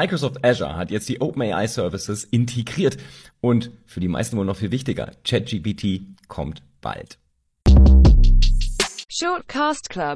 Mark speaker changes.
Speaker 1: Microsoft Azure hat jetzt die OpenAI Services integriert und für die meisten wohl noch viel wichtiger, ChatGPT kommt bald.
Speaker 2: Shortcast Club